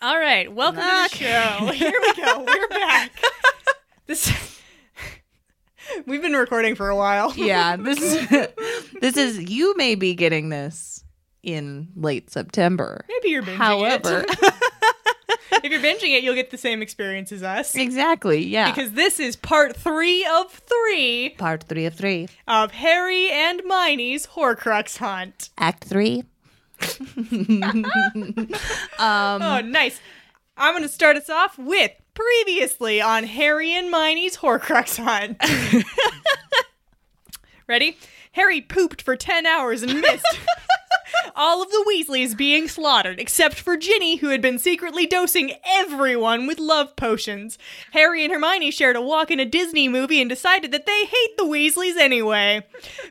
All right, welcome to the show. Here we go. We're back. This We've been recording for a while. yeah, this is this is you may be getting this in late September. Maybe you're binging However, it. if you're binging it, you'll get the same experience as us. exactly, yeah. Because this is part three of three Part three of three, of Harry and Miney's Horcrux hunt. Act three. oh, nice. I'm going to start us off with previously on Harry and Miney's Horcrux hunt. Ready? Harry pooped for 10 hours and missed. All of the Weasleys being slaughtered, except for Ginny, who had been secretly dosing everyone with love potions. Harry and Hermione shared a walk in a Disney movie and decided that they hate the Weasleys anyway.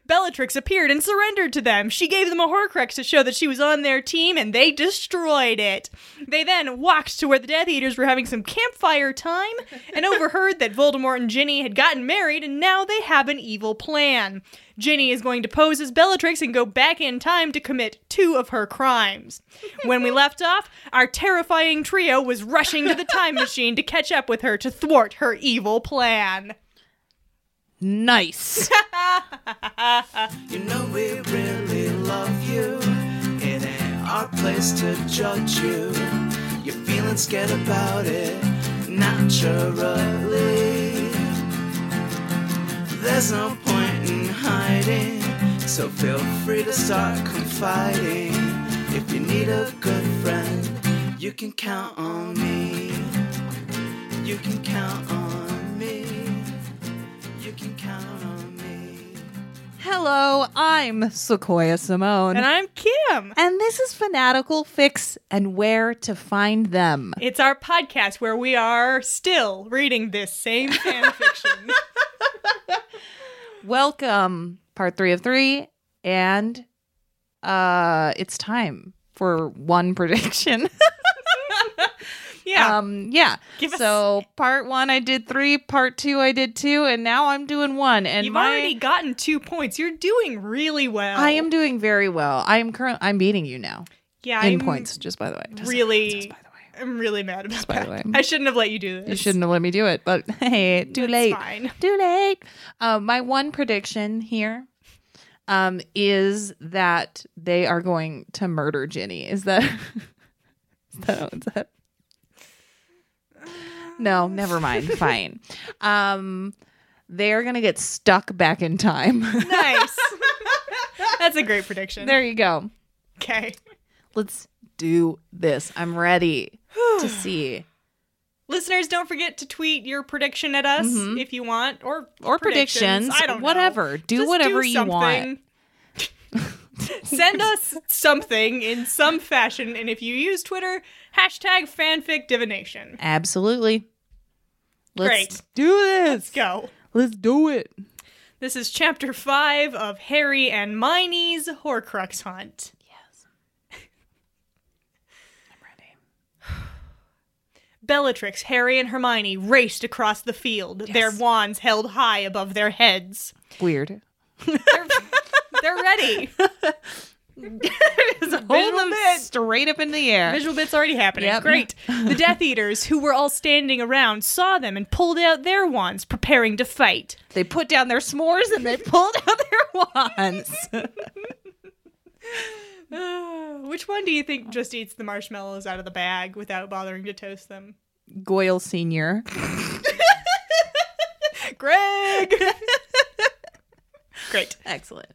Bellatrix appeared and surrendered to them. She gave them a Horcrux to show that she was on their team, and they destroyed it. They then walked to where the Death Eaters were having some campfire time and overheard that Voldemort and Ginny had gotten married, and now they have an evil plan. Ginny is going to pose as Bellatrix and go back in time to commit two of her crimes. When we left off, our terrifying trio was rushing to the time machine to catch up with her to thwart her evil plan. Nice. You know we really love you. It ain't our place to judge you. You're feeling scared about it naturally. There's no point in hiding, so feel free to start confiding. If you need a good friend, you can count on me. You can count on me. You can count on me. Hello, I'm Sequoia Simone, And I'm Kim. and this is Fanatical Fix and Where to Find Them. It's our podcast where we are still reading this same fan fiction. Welcome, part three of three, and uh, it's time for one prediction. yeah. um yeah Give us- so part one i did three part two i did two and now i'm doing one and You've my already gotten two points. You're doing really well. i am doing very well i am current i'm beating you now yeah, in I'm points just by the way Just- Really, by the way I'm really mad about by that. the way. I shouldn't have let you do this. you shouldn't have let me do it but hey too It's late fine. too late uh, my one prediction here um is that they are going to murder ginny is that is that, is that no never mind fine um they're gonna get stuck back in time Nice. That's a great prediction. there you go Okay. let's do this i'm ready to see Listeners, don't forget to tweet your prediction at us Mhm. if you want, or or predictions, I don't know. whatever do Just whatever you want something. Send us something in some fashion, and if you use Twitter, hashtag fanfic divination. Absolutely. Let's Great. do this. Let's go. Let's do it. This is chapter five of Harry and Miney's Horcrux Hunt. Bellatrix, Harry, and Hermione raced across the field, their wands held high above their heads. Weird. They're, they're ready. Hold them straight up in the air. Visual bit's already happening. Yep. Great. The Death Eaters, who were all standing around, saw them and pulled out their wands, preparing to fight. They put down their s'mores and they pulled out their wands. Uh, which one do you think just eats the marshmallows out of the bag without bothering to toast them? Goyle Senior. Greg! Great. Excellent.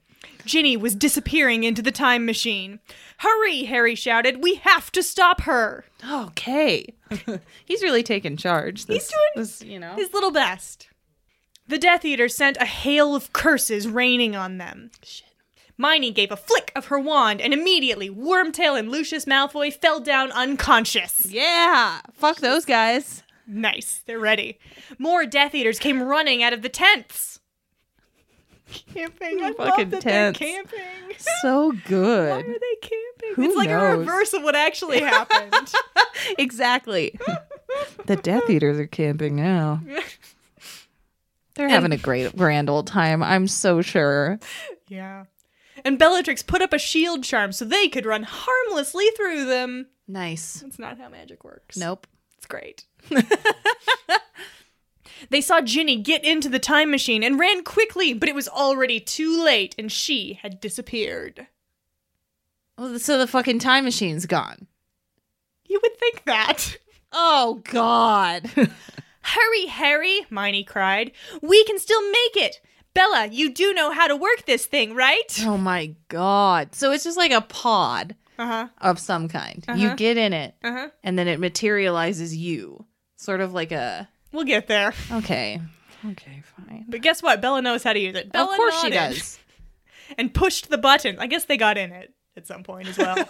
Ginny was disappearing into the time machine. Hurry, Harry shouted. We have to stop her. Okay. He's really taking charge. This, He's doing this, you know. his little best. The Death Eater sent a hail of curses raining on them. Shit. Miney gave a flick of her wand, and immediately Wormtail and Lucius Malfoy fell down unconscious. Yeah. Fuck those guys. Nice, they're ready. More Death Eaters came running out of the tents. Camping, I love that Fucking they're tents. camping. Why are So good. they camping? Who it's like a knows? reverse of what actually happened. Exactly. the Death Eaters are camping now. They're having a great grand old time, I'm so sure. yeah. And Bellatrix put up a shield charm so they could run harmlessly through them. Nice. That's not how magic works. Nope. It's great. they saw Ginny get into the time machine and ran quickly, but it was already too late and she had disappeared. Well, so the fucking time machine's gone. You would think that. Oh God. Hurry, Harry, Miney cried. We can still make it. Bella, you do know how to work this thing, right? oh my God. So it's just like a pod Uh huh. of some kind. You Uh-huh. get in it, Uh huh. and then it materializes you, sort of like a We'll get there. okay. Okay, fine. But guess what? Bella knows how to use it. Bella of course she nodded does. And pushed the button. I guess they got in it at some point as well.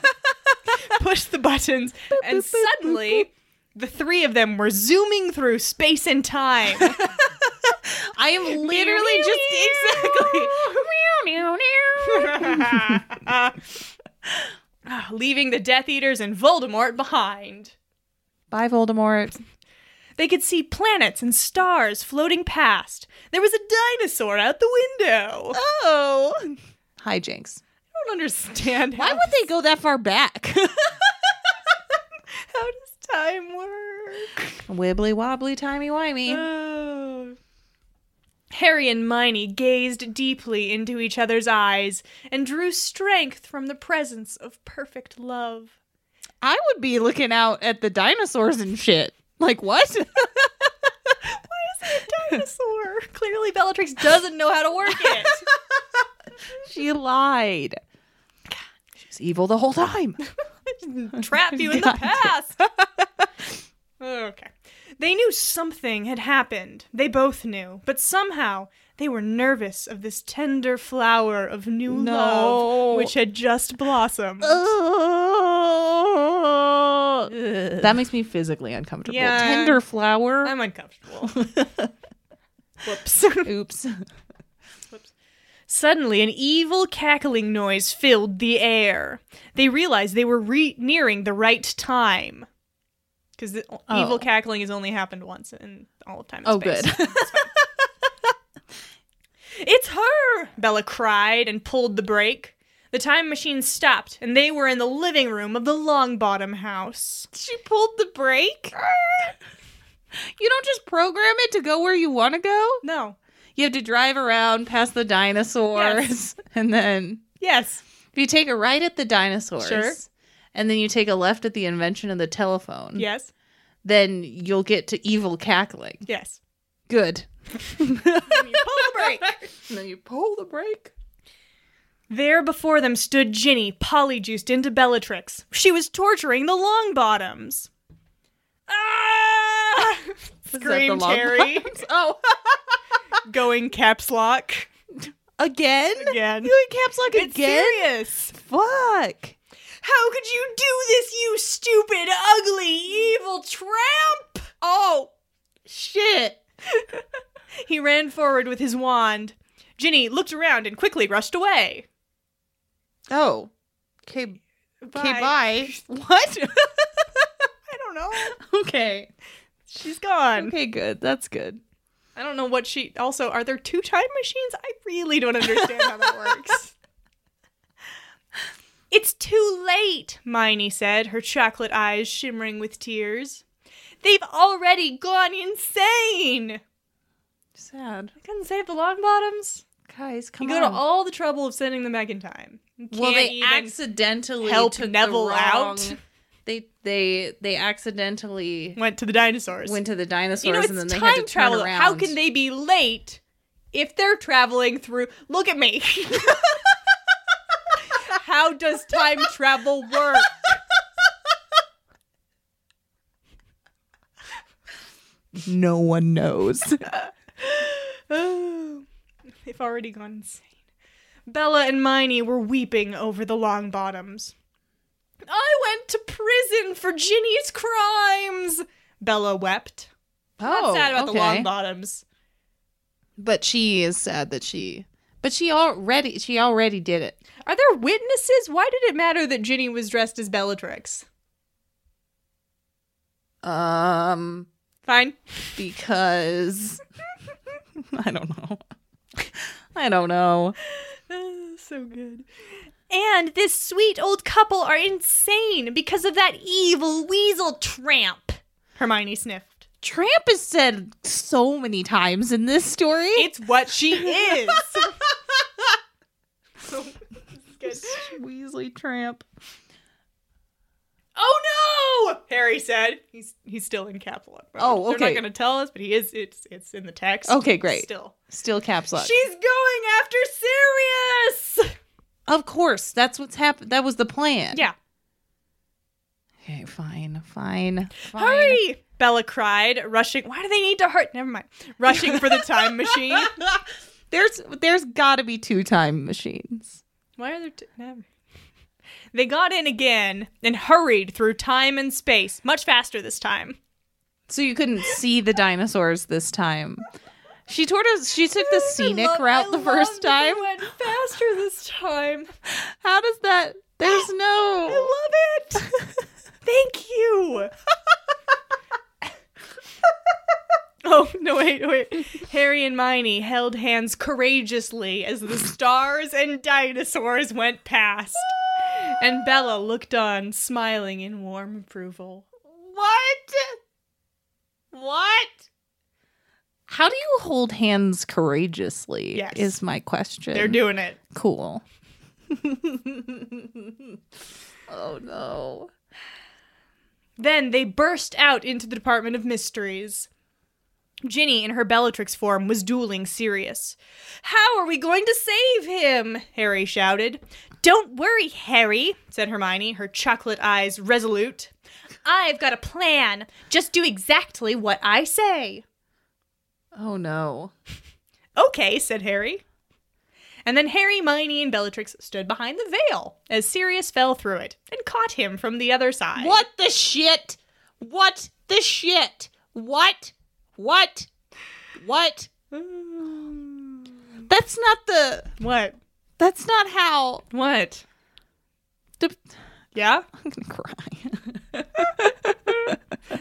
pushed the buttons, and suddenly the three of them were zooming through space and time. I am literally just exactly. Ah, Leaving the Death Eaters and Voldemort behind. Bye, Voldemort. They could see planets and stars floating past. There was a dinosaur out the window. Oh. Hijinks. I don't understand how, Why would they go that far back? how does time work? Wibbly wobbly timey wimey. Oh. Harry and Miney gazed deeply into each other's eyes and drew strength from the presence of perfect love. I would be looking out at the dinosaurs and shit. Like what? Dinosaur. Clearly, Bellatrix doesn't know how to work it. she lied. She was evil the whole time. trap you in the past. okay. They knew something had happened. They both knew, but somehow they were nervous of this tender flower of new No. love which had just blossomed. that makes me physically uncomfortable. Yeah. Tender flower. I'm uncomfortable. Whoops. Oops. Suddenly, an evil cackling noise filled the air. They realized they were re- nearing the right time. Because the Oh. evil cackling has only happened once in all of time. And Oh, space. good. It's her! Bella cried and pulled the brake. The time machine stopped, and they were in the living room of the Longbottom house. she pulled the brake. you don't just program it to go where you want to go. No. You have to drive around past the dinosaurs, Yes. and then Yes. if you take a right at the dinosaurs, Sure. and then you take a left at the invention of the telephone, Yes. then you'll get to evil cackling. Yes. Good. And you pull the brake. And then you pull the brake. There before them stood Ginny, polyjuiced into Bellatrix. She was torturing the Longbottoms. Ah! Screamed Harry, Oh, going caps lock again? again. You in caps lock It's again? serious. Fuck. How could you do this, you stupid, ugly, evil tramp? Oh! Shit. He ran forward with his wand. Ginny looked around and quickly rushed away. Oh. Okay. Bye. Okay. Bye. What? I don't know. okay. She's gone. Okay. Good. That's good. I don't know what she. Also, are there two time machines? I really don't understand how that works. It's too late, Miney said, her chocolate eyes shimmering with tears. They've already gone insane. Sad. I couldn't save the long bottoms. Guys, come You go to all the trouble of sending them back in time. You well, can't they even- accidentally help took the Neville wrong- out? They they they accidentally went to the dinosaurs. went to the dinosaurs you know, it's and then they time had to turn travel. around. How can they be late if they're traveling through? Look at me. How does time travel work? No one knows. Oh, They've already gone insane. Bella and Miney were weeping over the long bottoms. I went to prison for Ginny's crimes. Bella wept. Not sad about the long bottoms. Oh, But she is sad that she. But she already she already did it. Are there witnesses? Why did it matter that Ginny was dressed as Bellatrix? Um, Fine. because I don't know. I don't know. so good. And this sweet old couple are insane because of that evil weasel tramp. Hermione sniffed. Tramp is said so many times in this story. It's what she is. Weasley Tramp. oh no! Harry said. He's he's still in cap lock. mode. Oh, They're okay. not going to tell us, but he is. It's it's in the text. Okay, great. Still, Still caps lock. she's going after Sirius. of course, that's what's happened. That was the plan. Yeah. Okay, fine, fine. fine. Hurry! Bella cried, rushing. Why do they need to hurt? Never mind. Rushing for the time machine. There's there's got to be two time machines. Why are there two? Never. They got in again and hurried through time and space, much faster this time. So you couldn't see the dinosaurs this time. She sort of she took the scenic route the first time. went faster this time. How does that? There's I no. love it. Thank you. oh, no, wait, wait. Harry and Miney held hands courageously as the stars and dinosaurs went past. And Bella looked on, smiling in warm approval. What? What? How do you hold hands courageously? Yes. Is my question. They're doing it. cool. oh no. Then they burst out into the Department of Mysteries. Ginny, in her Bellatrix form, was dueling Sirius. How are we going to save him? Harry shouted. Don't worry, Harry, said Hermione, her chocolate eyes resolute. I've got a plan. Just do exactly what I say. Oh no. Okay, said Harry. And then Harry, Miney, and Bellatrix stood behind the veil as Sirius fell through it and caught him from the other side. What the shit? What the shit? What? What? What? That's not the. What? That's not how. What? the- Yeah? I'm gonna cry.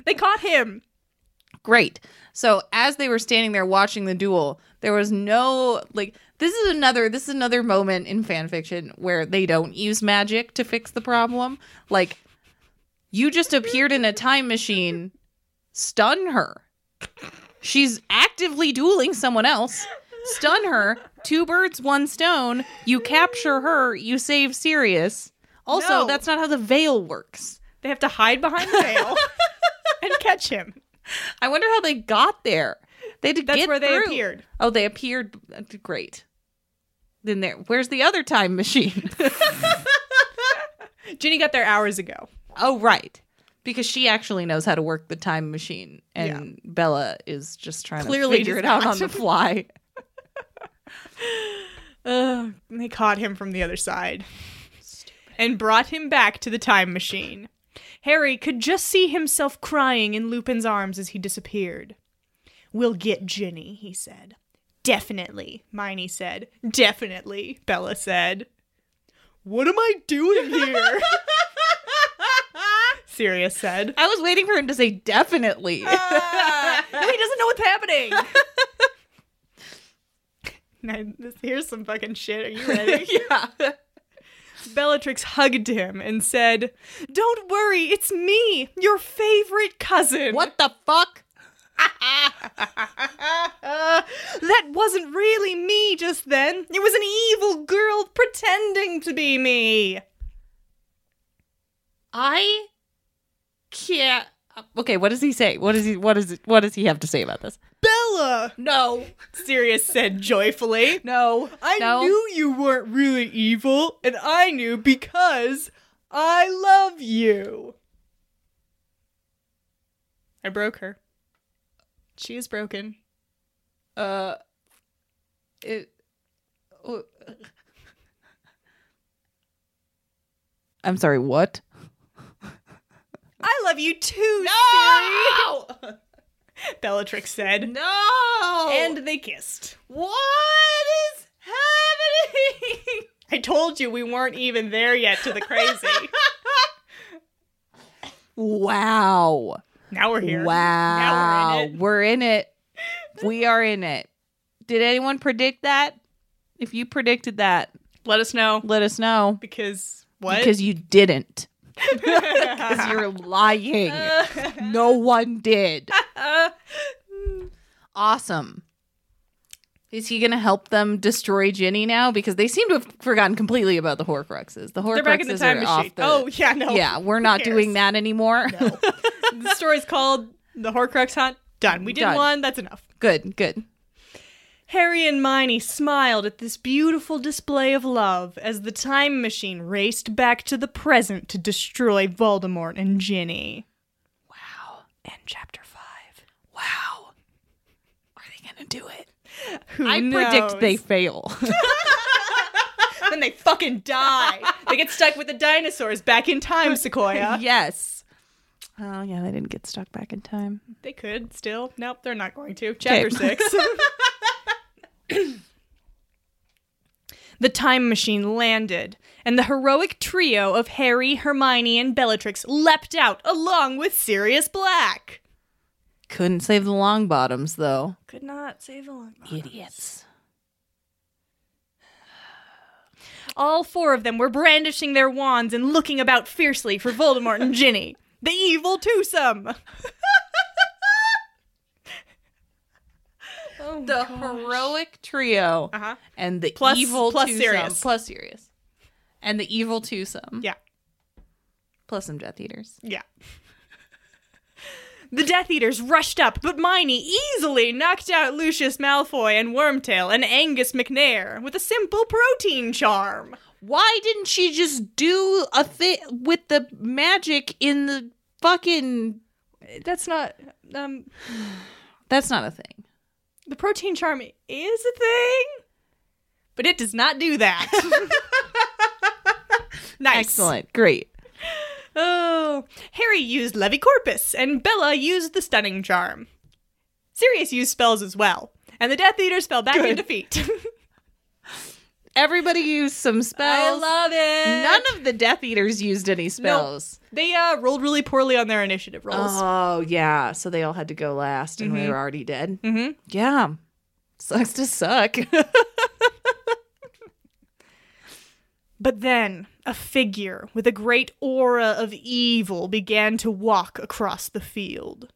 They caught him. Great. So as they were standing there watching the duel, there was no like. This is another. This is another moment in fan fiction where they don't use magic to fix the problem. Like, you just appeared in a time machine. Stun her. She's actively dueling someone else. Stun her. Two birds, one stone. You capture her. You save Sirius. Also, No. that's not how the veil works. They have to hide behind the veil and catch him. I wonder how they got there. They had to That's get where they through. appeared. Oh, they appeared. Great. Then there. Where's the other time machine? Ginny got there hours ago. oh, right. Because she actually knows how to work the time machine, and Bella is just trying Clearly to figure does it out not. on the fly. Ugh, and they caught him from the other side and brought him back to the time machine. Harry could just see himself crying in Lupin's arms as he disappeared. We'll get Ginny, he said. Definitely, Miney said. Definitely, Bella said. What am I doing here? Sirius said. I was waiting for him to say definitely. no, he doesn't know what's happening. Now, this- here's some fucking shit. Are you ready? yeah. Bellatrix hugged him and said, Don't worry, it's me, your favorite cousin. What the fuck? Uh, That wasn't really me just then. It was an evil girl pretending to be me. I can't. Okay, what does he say? What does he? What does it? What does he have to say about this? Bella, No, Sirius said joyfully. no, I no. knew you weren't really evil, and I knew because I love you. I broke her. She is broken. uh it uh, I'm sorry, what? I love you too, No! Siri, Bellatrix said. No! And they kissed. what is happening? I told you we weren't even there yet to the crazy. Wow. now we're here. Now Wow. we're in it. We're in it. We are in it. Did anyone predict that? If you predicted that, Let us know Let us know because what? because you didn't. Because you're lying. no one did. awesome. Is he going to help them destroy Ginny now? Because they seem to have forgotten completely about the Horcruxes. The Horcruxes they're back in the time are off machine. the. oh yeah, no. yeah, we're not cares? doing that anymore. the story's called "The Horcrux Hunt." Done. We did Done. one. That's enough. good, good. Harry and Miney smiled at this beautiful display of love as the time machine raced back to the present to destroy Voldemort and Ginny. Wow, And chapter five. wow. Are they going to do it? Who I predict they fail. then they fucking die. they get stuck with the dinosaurs back in time, Sequoia. yes. Oh, yeah, they didn't get stuck back in time. They could still. Nope, they're not going to. Chapter six. the time machine landed, and the heroic trio of Harry, Hermione, and Bellatrix leapt out along with Sirius Black. Couldn't save the long bottoms, though. Could not save a long. Idiots. All four of them were brandishing their wands and looking about fiercely for Voldemort and Ginny, the evil twosome. the heroic trio Oh, Uh-huh. and the Plus- evil plus twosome Sirius. plus serious and the evil twosome Yeah. plus some Death Eaters. Yeah. The Death Eaters rushed up, but Miney easily knocked out Lucius Malfoy and Wormtail and Angus McNair with a simple protein charm. Why didn't she just do a thing with the magic in the fucking? That's not um That's not a thing. the protein charm is a thing, but it does not do that. nice. Excellent, great. Oh, Harry used Levy Corpus, and Bella used the Stunning Charm. Sirius used spells as well, and the Death Eaters fell back in defeat. Everybody used some spells. it. None of the Death Eaters used any spells. They uh, rolled really poorly on their initiative rolls. Oh yeah, so they all had to go last, and Mm-hmm. we were already dead. Mhm. Yeah, sucks to suck. But then, a figure with a great aura of evil began to walk across the field.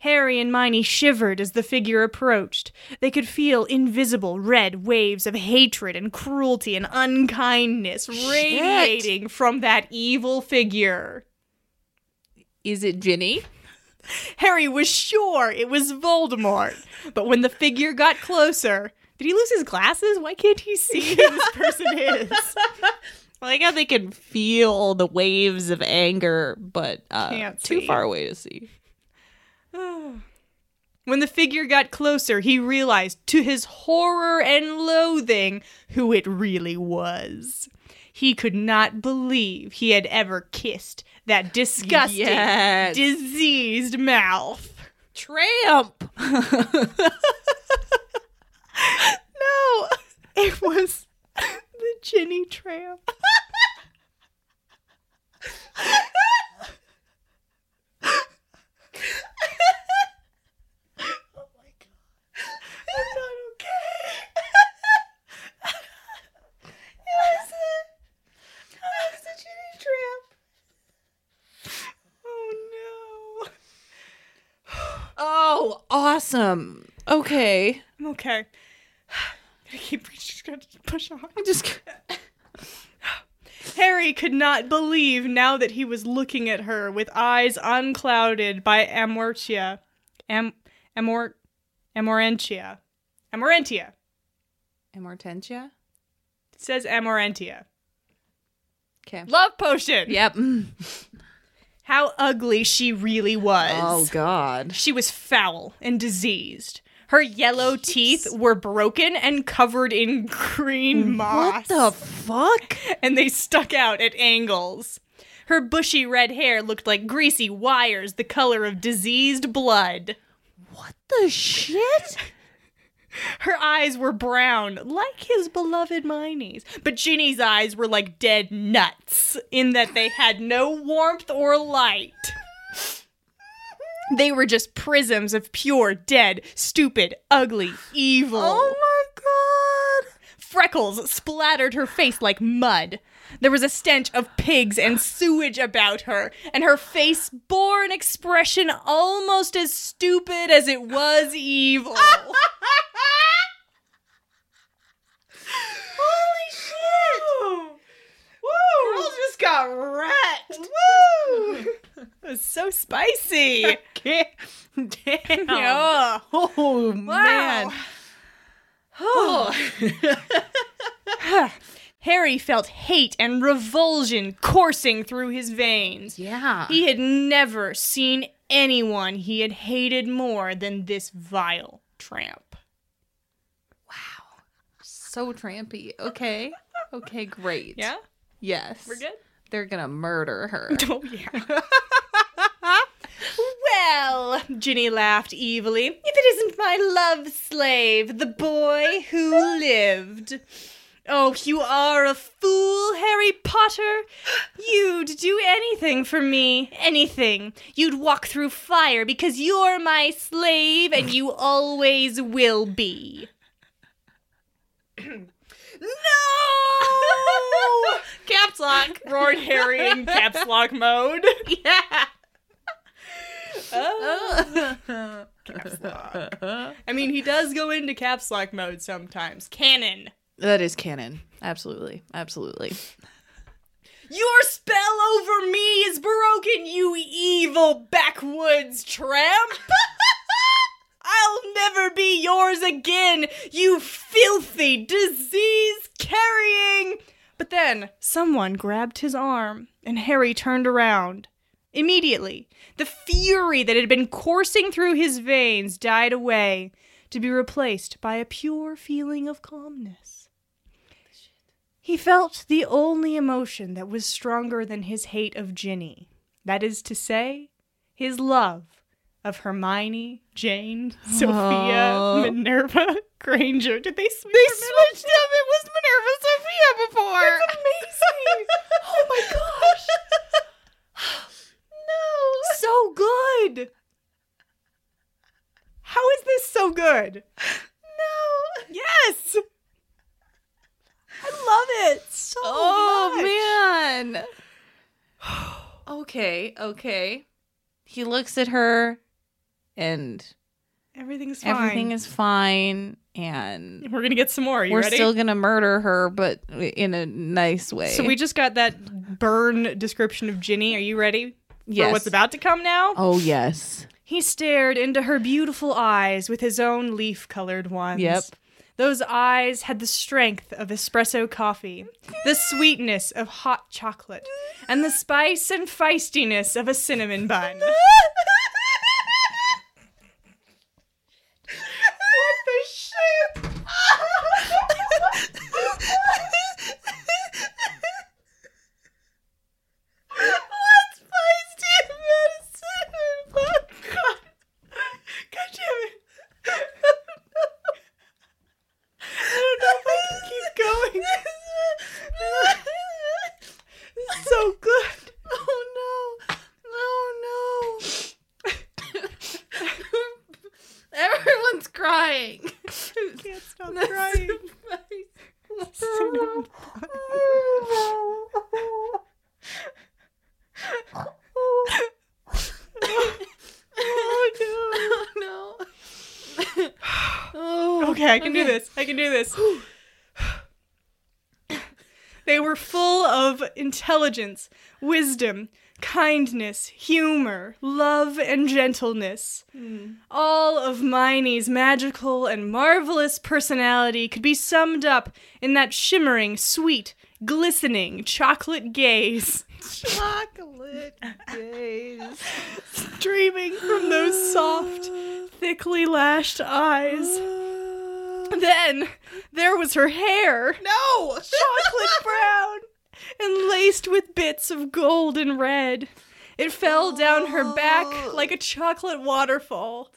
Harry and Miney shivered as the figure approached. They could feel invisible red waves of hatred and cruelty and unkindness radiating from that evil figure. Is it Ginny? Harry was sure it was Voldemort. But when the figure got closer, did he lose his glasses? Why can't he see who this person is? I like how they can feel the waves of anger, but uh, Can't too see. far away to see. When the figure got closer, he realized, to his horror and loathing, who it really was. He could not believe he had ever kissed that disgusting, Yes. diseased mouth. Tramp. No, it was the Ginny Tramp. Oh no. Oh, awesome. Okay. I'm okay. Gotta keep just gotta push on. I'm just Harry could not believe now that he was looking at her with eyes unclouded by Amortia. Am Amor Amorantia. Amorantia. Amortentia? It says Amorantia. Okay. Love potion. Yep. Mm. How ugly she really was. Oh god. She was foul and diseased. Her yellow teeth were broken and covered in green moss. What the fuck? and they stuck out at angles. Her bushy red hair looked like greasy wires the color of diseased blood. What the shit? Her eyes were brown, like his beloved Miney's, but Ginny's eyes were like dead nuts, in that they had no warmth or light. They were just prisms of pure, dead, stupid, ugly evil. my Oh god. Freckles splattered her face like mud. There was a stench of pigs and sewage about her, and her face bore an expression almost as stupid as it was evil. Holy shit! Woo! Girls just got wrecked. Woo! It was so spicy. Damn. Yeah. Oh man. Harry felt hate and revulsion coursing through his veins. Yeah. He had never seen anyone he had hated more than this vile tramp. so trampy. Okay. Okay, great. Yeah? Yes. We're good? They're gonna murder her. Oh, yeah. well, Ginny laughed evilly, if it isn't my love slave, the boy who lived. Oh, you are a fool, Harry Potter. You'd do anything for me. Anything. You'd walk through fire because you're my slave and you always will be. no! Caps lock. roared Harry in caps lock mode. yeah. Oh. I mean, he does go into caps lock mode sometimes. Cannon, That is canon. Absolutely. Absolutely. your spell over me is broken, you evil backwoods tramp. I'll never be yours again, you filthy, disease carrying. But then someone grabbed his arm, and Harry turned around. Immediately, the fury that had been coursing through his veins died away, to be replaced by a pure feeling of calmness. He felt the only emotion that was stronger than his hate of Ginny. That is to say, his love of Hermione, Jane, Sophia, Oh. Minerva, Granger. Did they switch? They switched them. It was Minerva Sophia before. That's amazing. oh my gosh. no. So good. How is this so good? No. Yes. I love it so Oh, much. man. okay, okay. He looks at her and Everything's fine. everything is fine and We're gonna get some more. Are you we're ready? still going to murder her but in a nice way. so we just got that burn description of Ginny. Are you ready for Yes. what's about to come now? Oh yes. He stared into her beautiful eyes with his own leaf colored ones. Yep. Those eyes had the strength of espresso coffee, the sweetness of hot chocolate, and the spice and feistiness of a cinnamon bun. what the shit? What spice do you have in cinnamon bun? God. God damn it. I don't know if I can keep going. It's so good. Oh no. Oh Everyone's crying. no. Can't stop crying. Cinnamon bun. oh no. oh, Okay, I can do this. I can do this. they were full of intelligence, wisdom, kindness, humor, love, and gentleness. All of Miney's magical and marvelous personality could be summed up in that shimmering, sweet, glistening chocolate gaze Chocolate gaze. streaming from those soft, thickly lashed eyes. Then there was her hair. No. chocolate brown and laced with bits of gold and red. It fell down her back like a chocolate waterfall.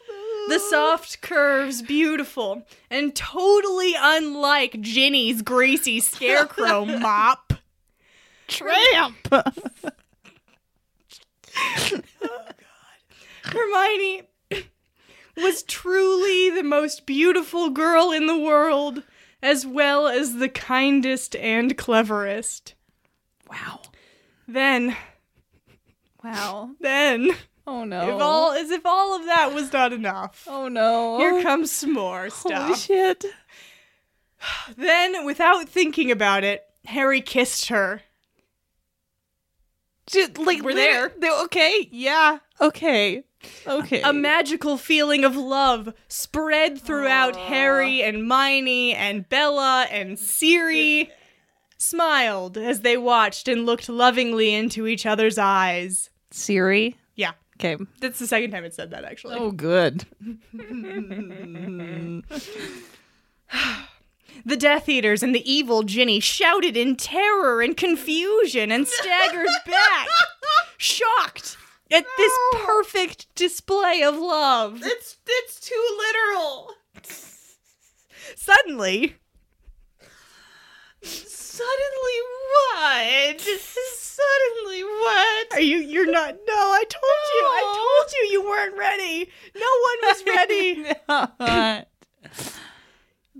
The soft curves beautiful and totally unlike Ginny's greasy scarecrow mop. Tramp. Hermione was truly the most beautiful girl in the world, as well as the kindest and cleverest. Wow. Then, Wow. then, Oh no. if all as if all of that was not enough, oh no. here comes some more stuff. Holy shit. Then, without thinking about it, Harry kissed her. Just, like We're liter- there. they- Okay. Yeah. Okay. Okay. A magical feeling of love spread throughout Harry and Miney and Bella and Siri. Smiled as they watched and looked lovingly into each other's eyes. Siri. Yeah, Okay. that's the second time it said that Oh, actually. good. The Death Eaters and the evil Ginny shouted in terror and confusion and staggered back, shocked at this perfect display of love. It's it's too literal. Suddenly, Suddenly what? Suddenly what? Are you? You're not. No, I told you. I told you you weren't ready. No one was ready. Oh,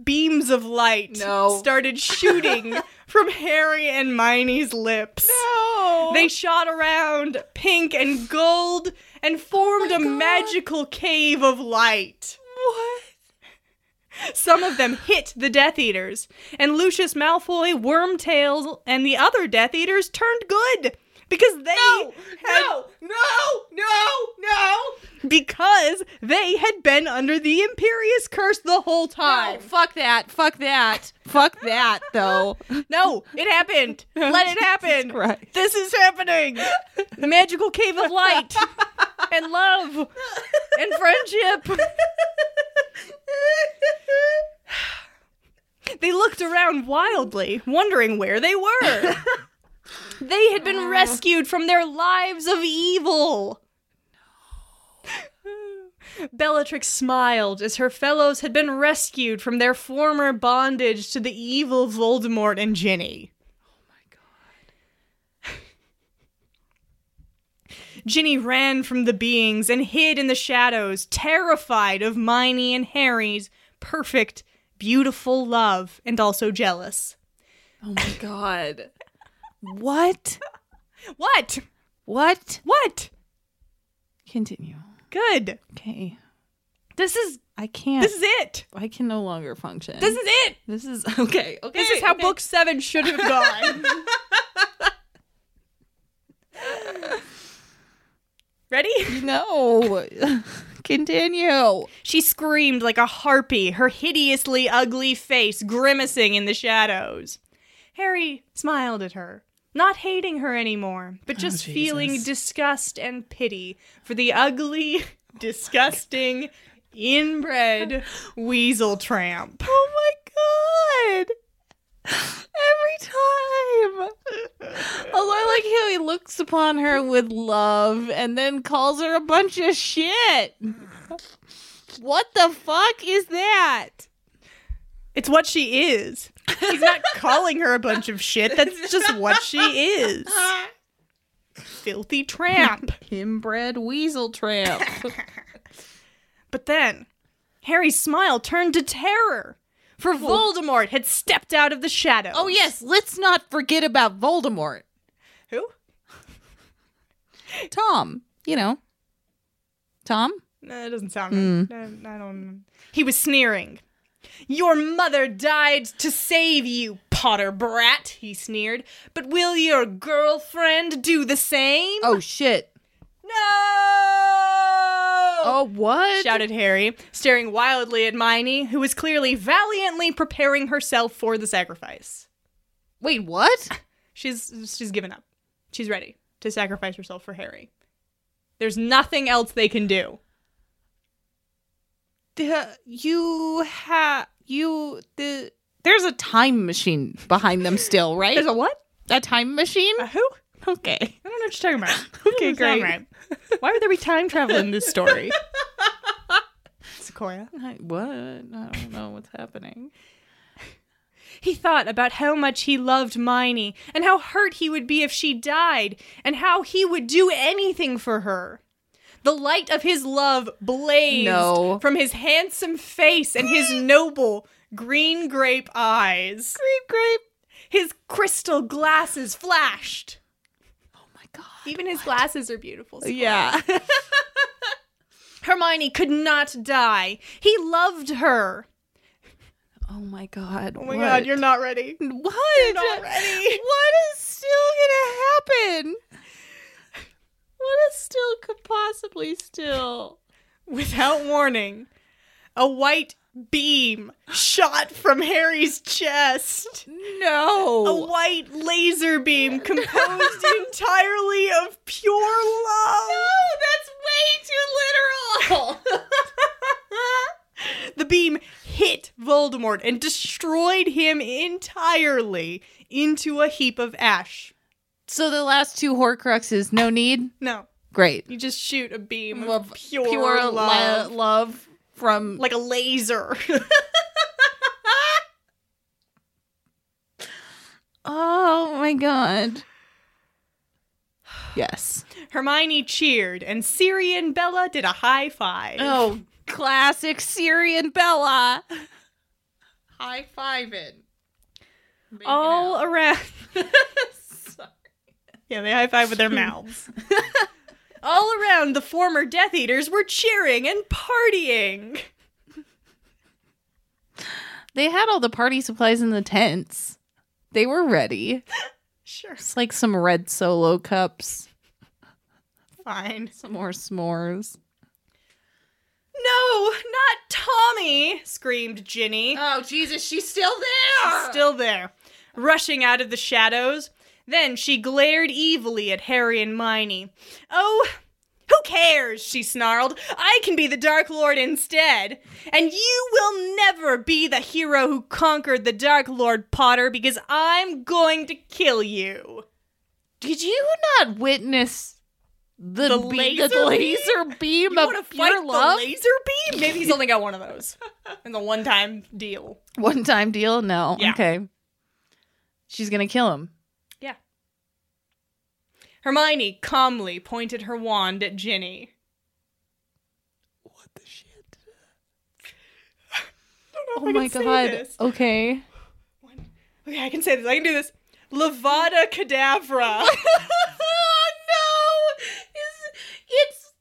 Beams of light No. started shooting from Harry and Miney's lips. no. They shot around pink and gold and formed Oh a magical cave of light. what? Some of them hit the Death Eaters, and Lucius Malfoy, Wormtail, and the other Death Eaters turned good because they had No, no, no, no. because they had been under the imperious curse the whole No, time. fuck that. Fuck that. Fuck that though. No, it happened. Let it happen. Christ. This is happening. The magical cave of light and love and friendship. They looked around wildly, wondering where they were. They had been rescued from their lives of evil. Bellatrix smiled as her fellows had been rescued from their former bondage to the evil Voldemort and Ginny. Ginny ran from the beings and hid in the shadows, terrified of Miney and Harry's perfect, beautiful love, and also jealous. Oh my god. What? What? What? What? Continue. Good. Okay. This is I can't. this is it. I can no longer function. This is it. This is okay. Okay. This is how okay. book seven should have gone. Ready? No. Continue. She screamed like a harpy, her hideously ugly face grimacing in the shadows. Harry smiled at her, not hating her anymore, Oh, but just feeling disgust and pity for the ugly, disgusting, inbred weasel tramp. Oh my god. Every time. Although I like how he looks upon her with love and then calls her a bunch of shit. What the fuck is that? It's what she is. He's not calling her a bunch of shit. That's just what she is. Filthy tramp. Inbred weasel tramp. But then, Harry's smile turned to terror, for Voldemort had stepped out of the shadows. oh yes, let's not forget about Voldemort. Who? Tom, you know. Tom? No, that doesn't sound Hmm. right. No, I don't. He was sneering. Your mother died to save you, Potter brat, he sneered. But will your girlfriend do the same? Oh shit. No! Oh what? shouted Harry, staring wildly at Miney, who was clearly valiantly preparing herself for the sacrifice. Wait, what? She's she's given up. She's ready to sacrifice herself for Harry. There's nothing else they can do. the, you have you the there's a time machine behind them still, right? There's a what? a time machine? A Uh, who? I Okay. don't know what you're talking about. okay, great. Right. Why would there be time travel in this story? Sequoia. I, what? I don't know what's happening. He thought about how much he loved Miney and how hurt he would be if she died and how he would do anything for her. The light of his love blazed No. from his handsome face and his noble green grape eyes. Grape, grape. His crystal glasses flashed. Oh my god. Even his glasses are beautiful. Yeah. Hermione could not die. He loved her. Oh my god. Oh my god, you're not ready. What? not ready. What is still gonna happen? What is still could possibly still? Without warning, a white beam shot from Harry's chest. A No. white laser beam composed entirely of pure love. That's way too literal. The beam hit Voldemort and destroyed him entirely into a heap of ash. So the last two Horcruxes, no need. No, Great. you just shoot a beam Love- of pure, Pure love. lo- love from like a laser. Oh my god. Yes. Hermione cheered, and Siri and Bella did a high five. Oh, classic Syrian Bella. High five it. all around. Yeah, they high five with their mouths. all around, the former Death Eaters were cheering and partying. They had all the party supplies in the tents. They were ready. Sure, Just like some red solo cups, fine. some more s'mores. No, not Tommy! screamed Ginny. Oh Jesus, she's still there. Still there, rushing out of the shadows. Then she glared evilly at Harry and Miney. Oh, who cares? she snarled. I can be the Dark Lord instead. And you will never be the hero who conquered the Dark Lord, Potter, because I'm going to kill you. Did you not witness the, The be- laser the beam? laser beam You want of to fight pure love? the laser beam? Maybe he's only got one of those. And the one time deal. One time deal? No. Yeah. Okay. She's gonna kill him. Hermione calmly pointed her wand at Ginny. What the shit? I Oh don't know my if I can say god. this. Okay. Okay, I can say this. I can do this. Levada Cadavra. no! It's, it's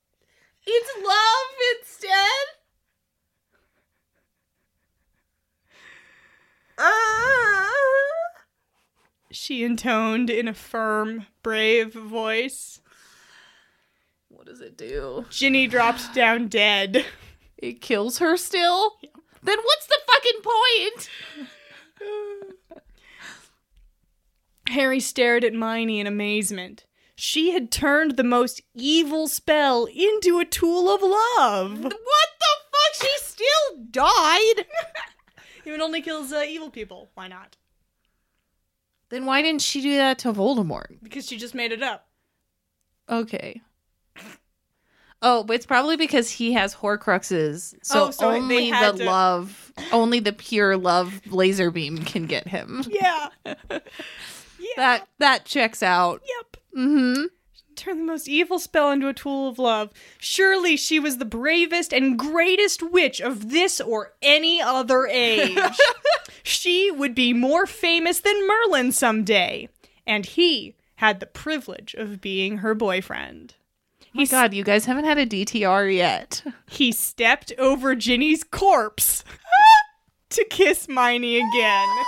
it's love instead. Uh. she intoned in a firm, brave voice. What does it do? Ginny dropped down dead. It kills her still? Then what's the fucking point? Harry stared at Miney in amazement. She had turned the most evil spell into a tool of love. What the fuck? She still died? It only kills uh, evil people. Why not? then why didn't she do that to Voldemort? Because she just made it up. Okay. Oh, but it's probably because he has Horcruxes, so, Oh, so they only the had to- love, only the pure love laser beam can get him. Yeah. yeah. That that checks out. Yep. Mm-hmm. turn the most evil spell into a tool of love. Surely she was the bravest and greatest witch of this or any other age. she would be more famous than Merlin someday. And he had the privilege of being her boyfriend. My God, you guys haven't had a DTR yet. He stepped over Ginny's corpse to kiss Miney again.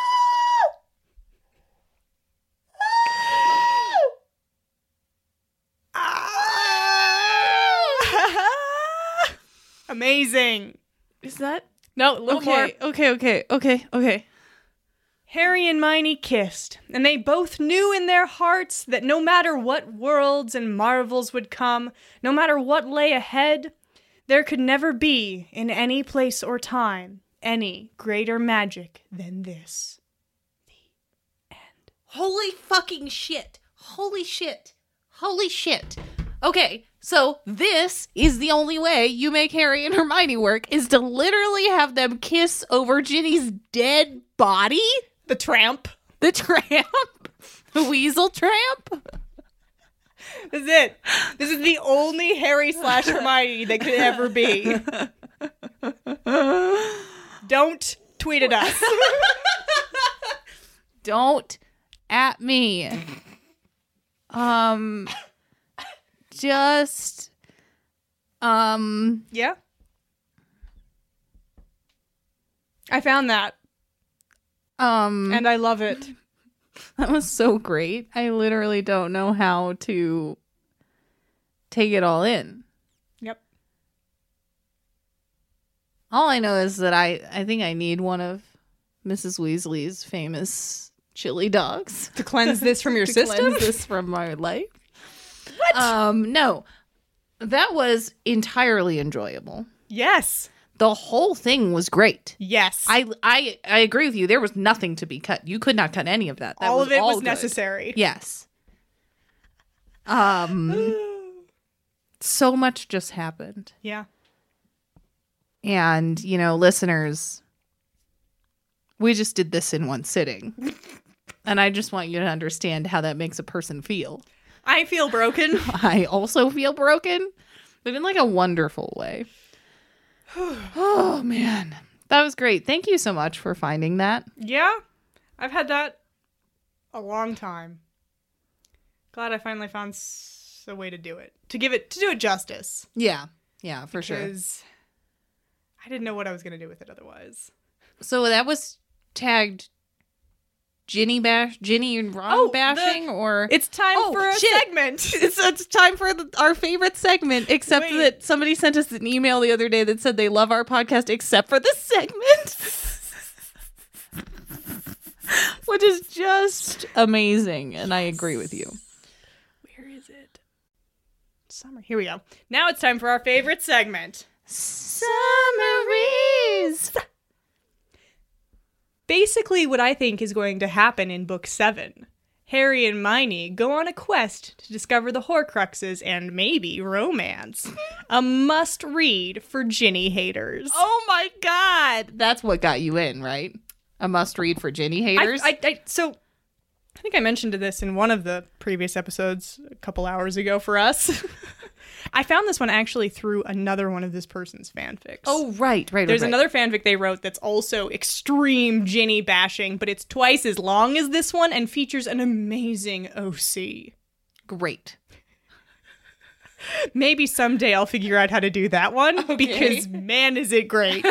Amazing. Is that No, a little more. okay? Okay, okay, okay, okay. Harry and Miney kissed, and they both knew in their hearts that no matter what worlds and marvels would come, no matter what lay ahead, there could never be, in any place or time, any greater magic than this. Holy fucking shit! Holy shit! Holy shit! Okay, so this is the only way you make Harry and Hermione work is to literally have them kiss over Ginny's dead body. The tramp. The tramp, the weasel tramp. This is it. This is the only Harry slash Hermione that could ever be. Don't tweet at us. Don't at me. Um just um yeah. I found that um and I love it. that was so great. I literally don't know how to take it all in. Yep. All I know is that I I think I need one of Mrs. Weasley's famous chili dogs. To cleanse this from your to system. cleanse this from my life. What? Um, no, that was entirely enjoyable. Yes. The whole thing was great. Yes. I I I agree with you. There was nothing to be cut. You could not cut any of that. that all of it was good. necessary. Yes. Um, so much just happened, Yeah. and you know, listeners, we just did this in one sitting. And I just want you to understand how that makes a person feel. I feel broken. I also feel broken, but in like a wonderful way. oh man, that was great. Thank you so much for finding that. yeah. I've had that a long time. Glad I finally found s- a way to do it. To give it to do it justice. Yeah, yeah, for sure. Because I didn't know what I was gonna do with it otherwise. So that was tagged Ginny bash, Ginny and Ron Oh, the- bashing, or It's time Oh, for a shit. segment. it's, it's time for the, our favorite segment. Except Wait. that somebody sent us an email the other day that said they love our podcast, except for this segment. Which is just amazing, and I agree with you. Where is it? Summer. Here we go. Now it's time for our favorite segment. Summaries. Basically, what I think is going to happen in book seven. Harry and Miney go on a quest to discover the Horcruxes and maybe romance. a must read for Ginny haters. Oh my god, that's what got you in, right? A must read for Ginny I, haters. I, I, so I think I mentioned this in one of the previous episodes a couple hours ago for us. I found this one actually through another one of this person's fanfics. oh right, right. There's right. another fanfic they wrote that's also extreme Ginny bashing, but it's twice as long as this one and features an amazing OC. great. Maybe someday I'll figure out how to do that one because man, is it great.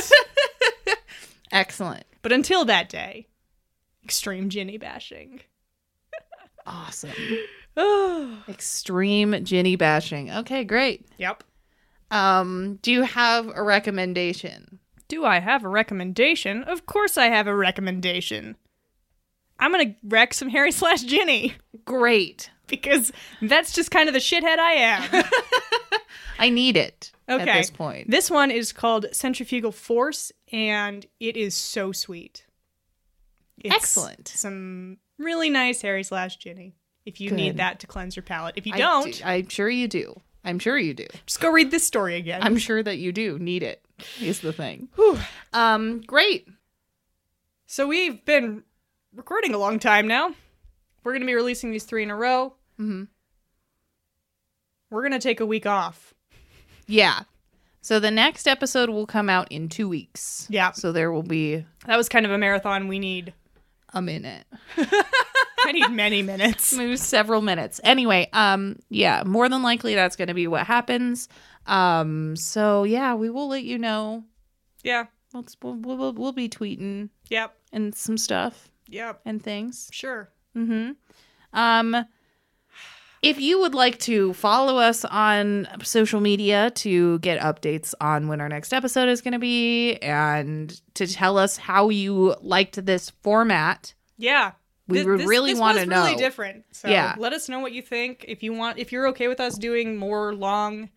Excellent. but until that day, extreme Ginny bashing. Awesome. Oh, Extreme Ginny bashing. Okay, great. yep. Um, do you have a recommendation? Do I have a recommendation? Of course I have a recommendation. I'm gonna wreck some Harry slash Ginny Great. because that's just kind of the shithead I am. I need it Okay. at this point. This one is called Centrifugal Force, and it is so sweet. It's Excellent. Some really nice Harry slash Ginny. If you Good. need that to cleanse your palate, if you I don't, do- I'm sure you do. I'm sure you do. just go read this story again. I'm sure that you do need it. Is the thing. Whew. Um, great. So we've been recording a long time now. We're gonna be releasing these three in a row. Mhm. We're gonna take a week off. Yeah. So the next episode will come out in two weeks. Yeah. So there will be That was kind of a marathon. We need. a minute. I need many minutes. Maybe several minutes. Anyway, um, yeah, more than likely that's gonna be what happens. Um, so yeah, we will let you know Yeah. we'll, we'll, we'll, we'll be tweeting Yep. and some stuff Yep. and things. Sure. Mm-hmm. Um, if you would like to follow us on social media to get updates on when our next episode is going to be and to tell us how you liked this format, Yeah. we Thi- would this- really this want to was know. Really different. So Yeah. let us know what you think. If you want, if you're okay with us doing more long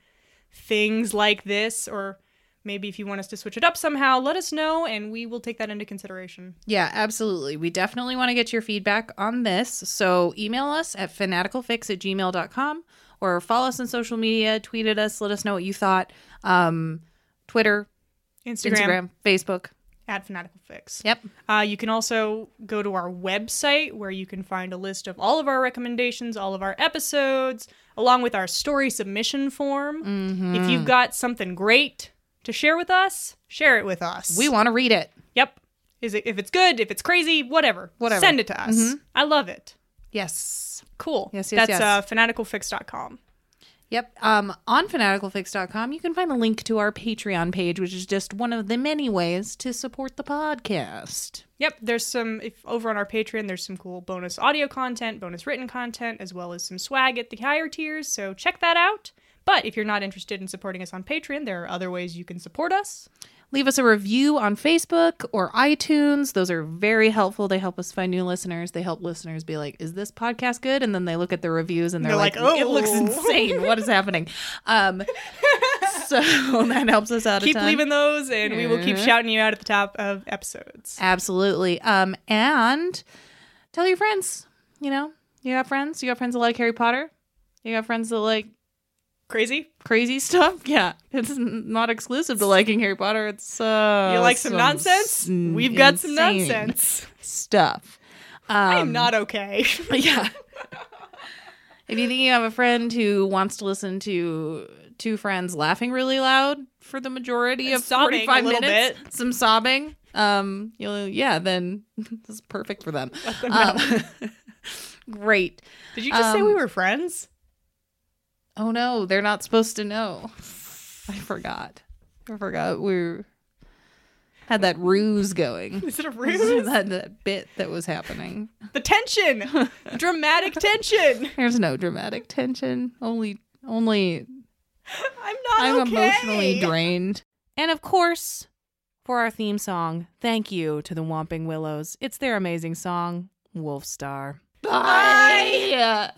things like this, or maybe if you want us to switch it up somehow, let us know, and we will take that into consideration. Yeah, absolutely. We definitely want to get your feedback on this. So email us at fanaticalfix at gmail.com or follow us on social media, tweet at us, let us know what you thought. Um, Twitter, Instagram, Instagram, Facebook, at Fanatical Fix. Yep. Uh, you can also go to our website where you can find a list of all of our recommendations, all of our episodes, along with our story submission form. Mm-hmm. If you've got something great to share with us, share it with us. We want to read it. Yep. Is it if it's good, if it's crazy, whatever. Whatever. Send it to us. I love it. Yes. Cool. Yes, yes, That's yes. uh, fanaticalfix.com. Yep. Um, on fanaticalfix.com, you can find a link to our Patreon page, which is just one of the many ways to support the podcast. Yep, there's some if over on our Patreon. There's some cool bonus audio content, bonus written content, as well as some swag at the higher tiers. So check that out. But if you're not interested in supporting us on Patreon, there are other ways you can support us. Leave us a review on Facebook or iTunes. Those are very helpful. They help us find new listeners. They help listeners be like, is this podcast good? And then they look at the reviews and they're, They're like, like, it looks "Oh." insane. What is happening? Um, so that helps us out a Keep ton. leaving those, and we will keep shouting you out at the top of episodes. Absolutely. Um, and tell your friends. You know, you got friends. You got friends that like Harry Potter. You got friends that like Crazy? crazy stuff. Yeah, it's n- not exclusive to liking Harry Potter. It's uh, You like some, nonsense? s- We've got some insane nonsense. stuff. Um, I am not okay. Yeah. if you think you have a friend who wants to listen to two friends laughing really loud for the majority of Sobbing a 45 little minutes, some sobbing, um, you'll yeah, then this is perfect for them. Um, great. Did you just say Um, we were friends? Oh no, they're not supposed to know. I forgot. I forgot we were- had that ruse going. Is it a ruse? Had that bit that was happening. the tension, dramatic tension. There's no dramatic tension. Only only I'm not. I'm okay. emotionally drained. And of course, for our theme song, thank you to the Whomping Willows. It's their amazing song, Wolf Star. Bye.